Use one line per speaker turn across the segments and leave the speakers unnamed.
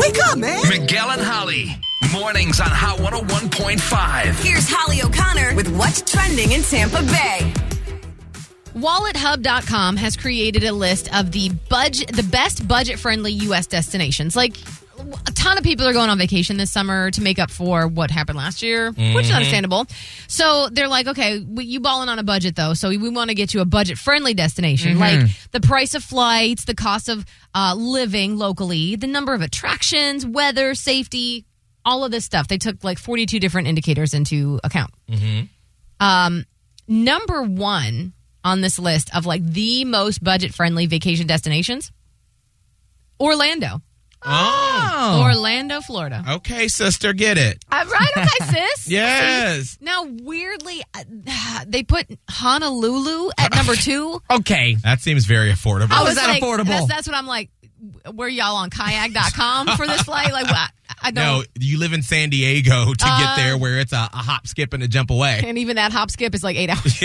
Wake up, man!
Miguel and Holly. Mornings on Hot 101.5.
Here's Holly O'Connor with What's Trending in Tampa Bay.
WalletHub.com has created a list of the budget, the best budget-friendly U.S. destinations. Like a ton of people are going on vacation this summer to make up for what happened last year, which is understandable. So they're like, okay, we, you balling on a budget though, so we want to get you a budget-friendly destination. Like the price of flights, the cost of uh, living locally, the number of attractions, weather, safety, all of this stuff. They took like 42 different indicators into account number one on this list of like the most budget friendly vacation destinations Orlando.
Oh.
Orlando, Florida.
Oh.
Okay, sister, get it.
All right, okay, sis.
Yes.
Now, weirdly, uh, they put Honolulu at number two.
Okay.
That seems very affordable.
I
is
was
that
like-
affordable?
That's, that's what I'm like. Were y'all on kayak.com for this flight? Like, what? I don't.
no, you live in San Diego to get
Uh,
there where it's a, a hop, skip, and a jump away.
and even that hop skip is like eight hours.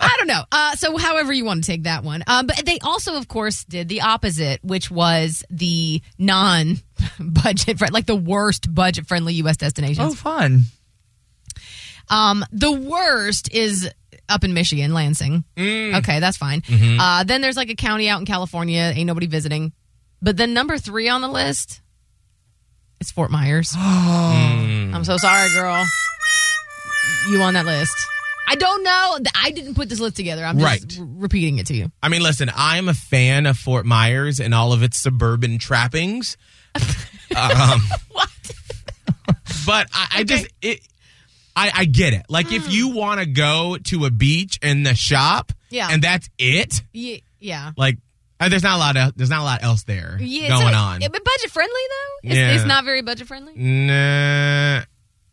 I don't know. Uh, so, however you want to take that one, um, but they also, of course, did the opposite, which was the non-budget, friend, like the worst budget-friendly U.S.
Oh,
destinations.
fun.
Um, the worst is up in Michigan, Lansing.
Mm.
Okay, that's fine.
Mm-hmm.
Uh, then there's like a county out in California, ain't nobody visiting. But then number three on the list is Fort Myers. Mm. I'm so sorry, girl. You on that list? I don't know. Th- I didn't put this list together. I'm just
Right.
r- repeating it to you.
I mean, listen, I'm a fan of Fort Myers and all of its suburban trappings. um,
What?
but I, I just it, I, I get it. Like
Hmm.
if you want to go to a beach and the shop,
Yeah.
and that's it.
Yeah. Yeah.
Like uh, there's not a lot of there's not a lot else there
yeah
going
so-
on.
yeah, But budget friendly though. It's,
Yeah.
it's not very budget friendly.
nah,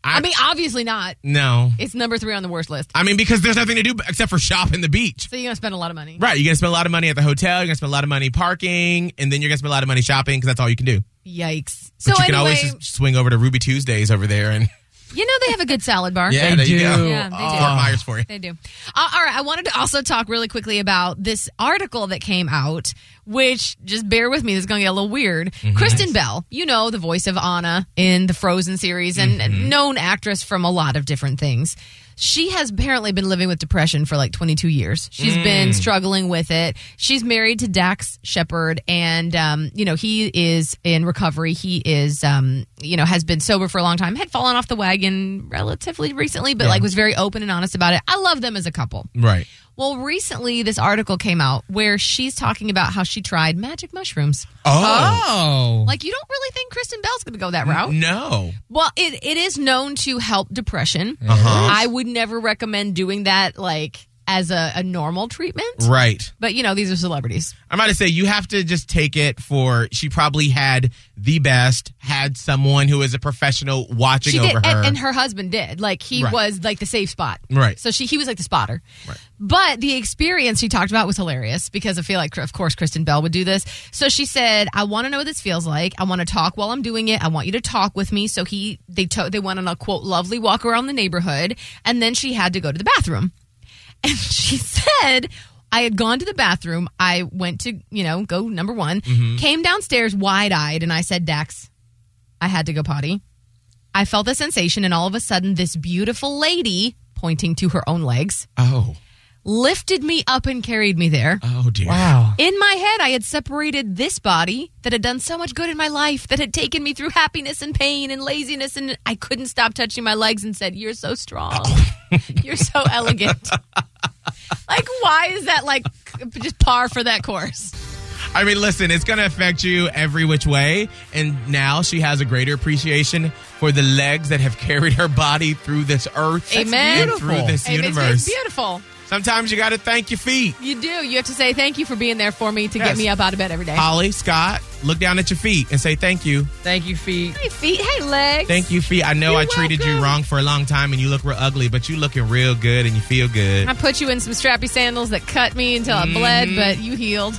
I mean, obviously not.
no.
It's number three on the worst list.
I mean, because there's nothing to do except for shop and the beach.
So you're gonna spend a lot of money.
Right, you're gonna spend a lot of money at the hotel. You're gonna spend a lot of money parking, and then you're gonna spend a lot of money shopping because that's all you can do.
Yikes. So
But you can
anyway,
always just swing over to Ruby Tuesdays over there, and
you know they have a good salad bar.
yeah,
They
there you
do.
go. Oh.
Yeah, they do.
Fort Myers for you.
They do. Uh, all right. I wanted to also talk really quickly about this article that came out, which just bear with me. This is going to get a little weird.
Mm-hmm.
Kristen Bell, you know, the voice of Anna in the Frozen series and
Mm-hmm.
known actress from a lot of different things. She has apparently been living with depression for like 22 years. She's been struggling with it. She's married to Dax Shepard, and um, you know he is in recovery. He is, um, you know, has been sober for a long time. Had fallen off the wagon relatively recently, but like was very open and honest about it. I love them as a couple.
Right.
Well, recently this article came out where she's talking about how she tried magic mushrooms.
Oh,
Oh.
Like oh. you don't really think Kristen Bell's going to go that route?
no.
Well, it, it is known to help depression.
Uh-huh.
I would never recommend doing that like as a, a normal treatment.
Right.
But you know, these are celebrities.
I'm about to say you have to just take it for she probably had the best, had someone who is a professional watching
She
over
did,
her.
And, and her husband did. Like he
Right.
was like the safe spot.
Right.
So she he was like the spotter. Right. But the experience she talked about was hilarious because I feel like of course Kristen Bell would do this. So she said, "I want to know what this feels like. I want to talk while I'm doing it. I want you to talk with me." So he they to, they went on a quote lovely walk around the neighborhood, and then she had to go to the bathroom. And she said, I had gone to the bathroom. I went to, you know, go number one,
Mm-hmm.
came downstairs wide eyed, and I said, Dax, I had to go potty. I felt the sensation, and all of a sudden, this beautiful lady, pointing to her own legs,
oh,
lifted me up and carried me there.
oh dear.
Wow.
In my head, I had separated this body that had done so much good in my life, that had taken me through happiness and pain and laziness, and I couldn't stop touching my legs and said, You're so strong. You're so elegant. like, why is that like just par for that course?
I mean, listen, it's going to affect you every which way. And now she has a greater appreciation for the legs that have carried her body through this earth
Amen.
and through this
Hey, it's-
universe.
It's beautiful.
Sometimes you got to thank your feet.
You do. You have to say thank you for being there for me to
Yes. Uh,
get me up out of bed every day.
Holly, Scott, look down at your feet and say thank you.
Thank you, feet.
hey feet, hey legs.
Thank you, feet. I know
You're
I treated you
welcome.
wrong for a long time and you look real ugly, but you looking real good and you feel good.
I put you in some strappy sandals that cut me until I bled, but you healed.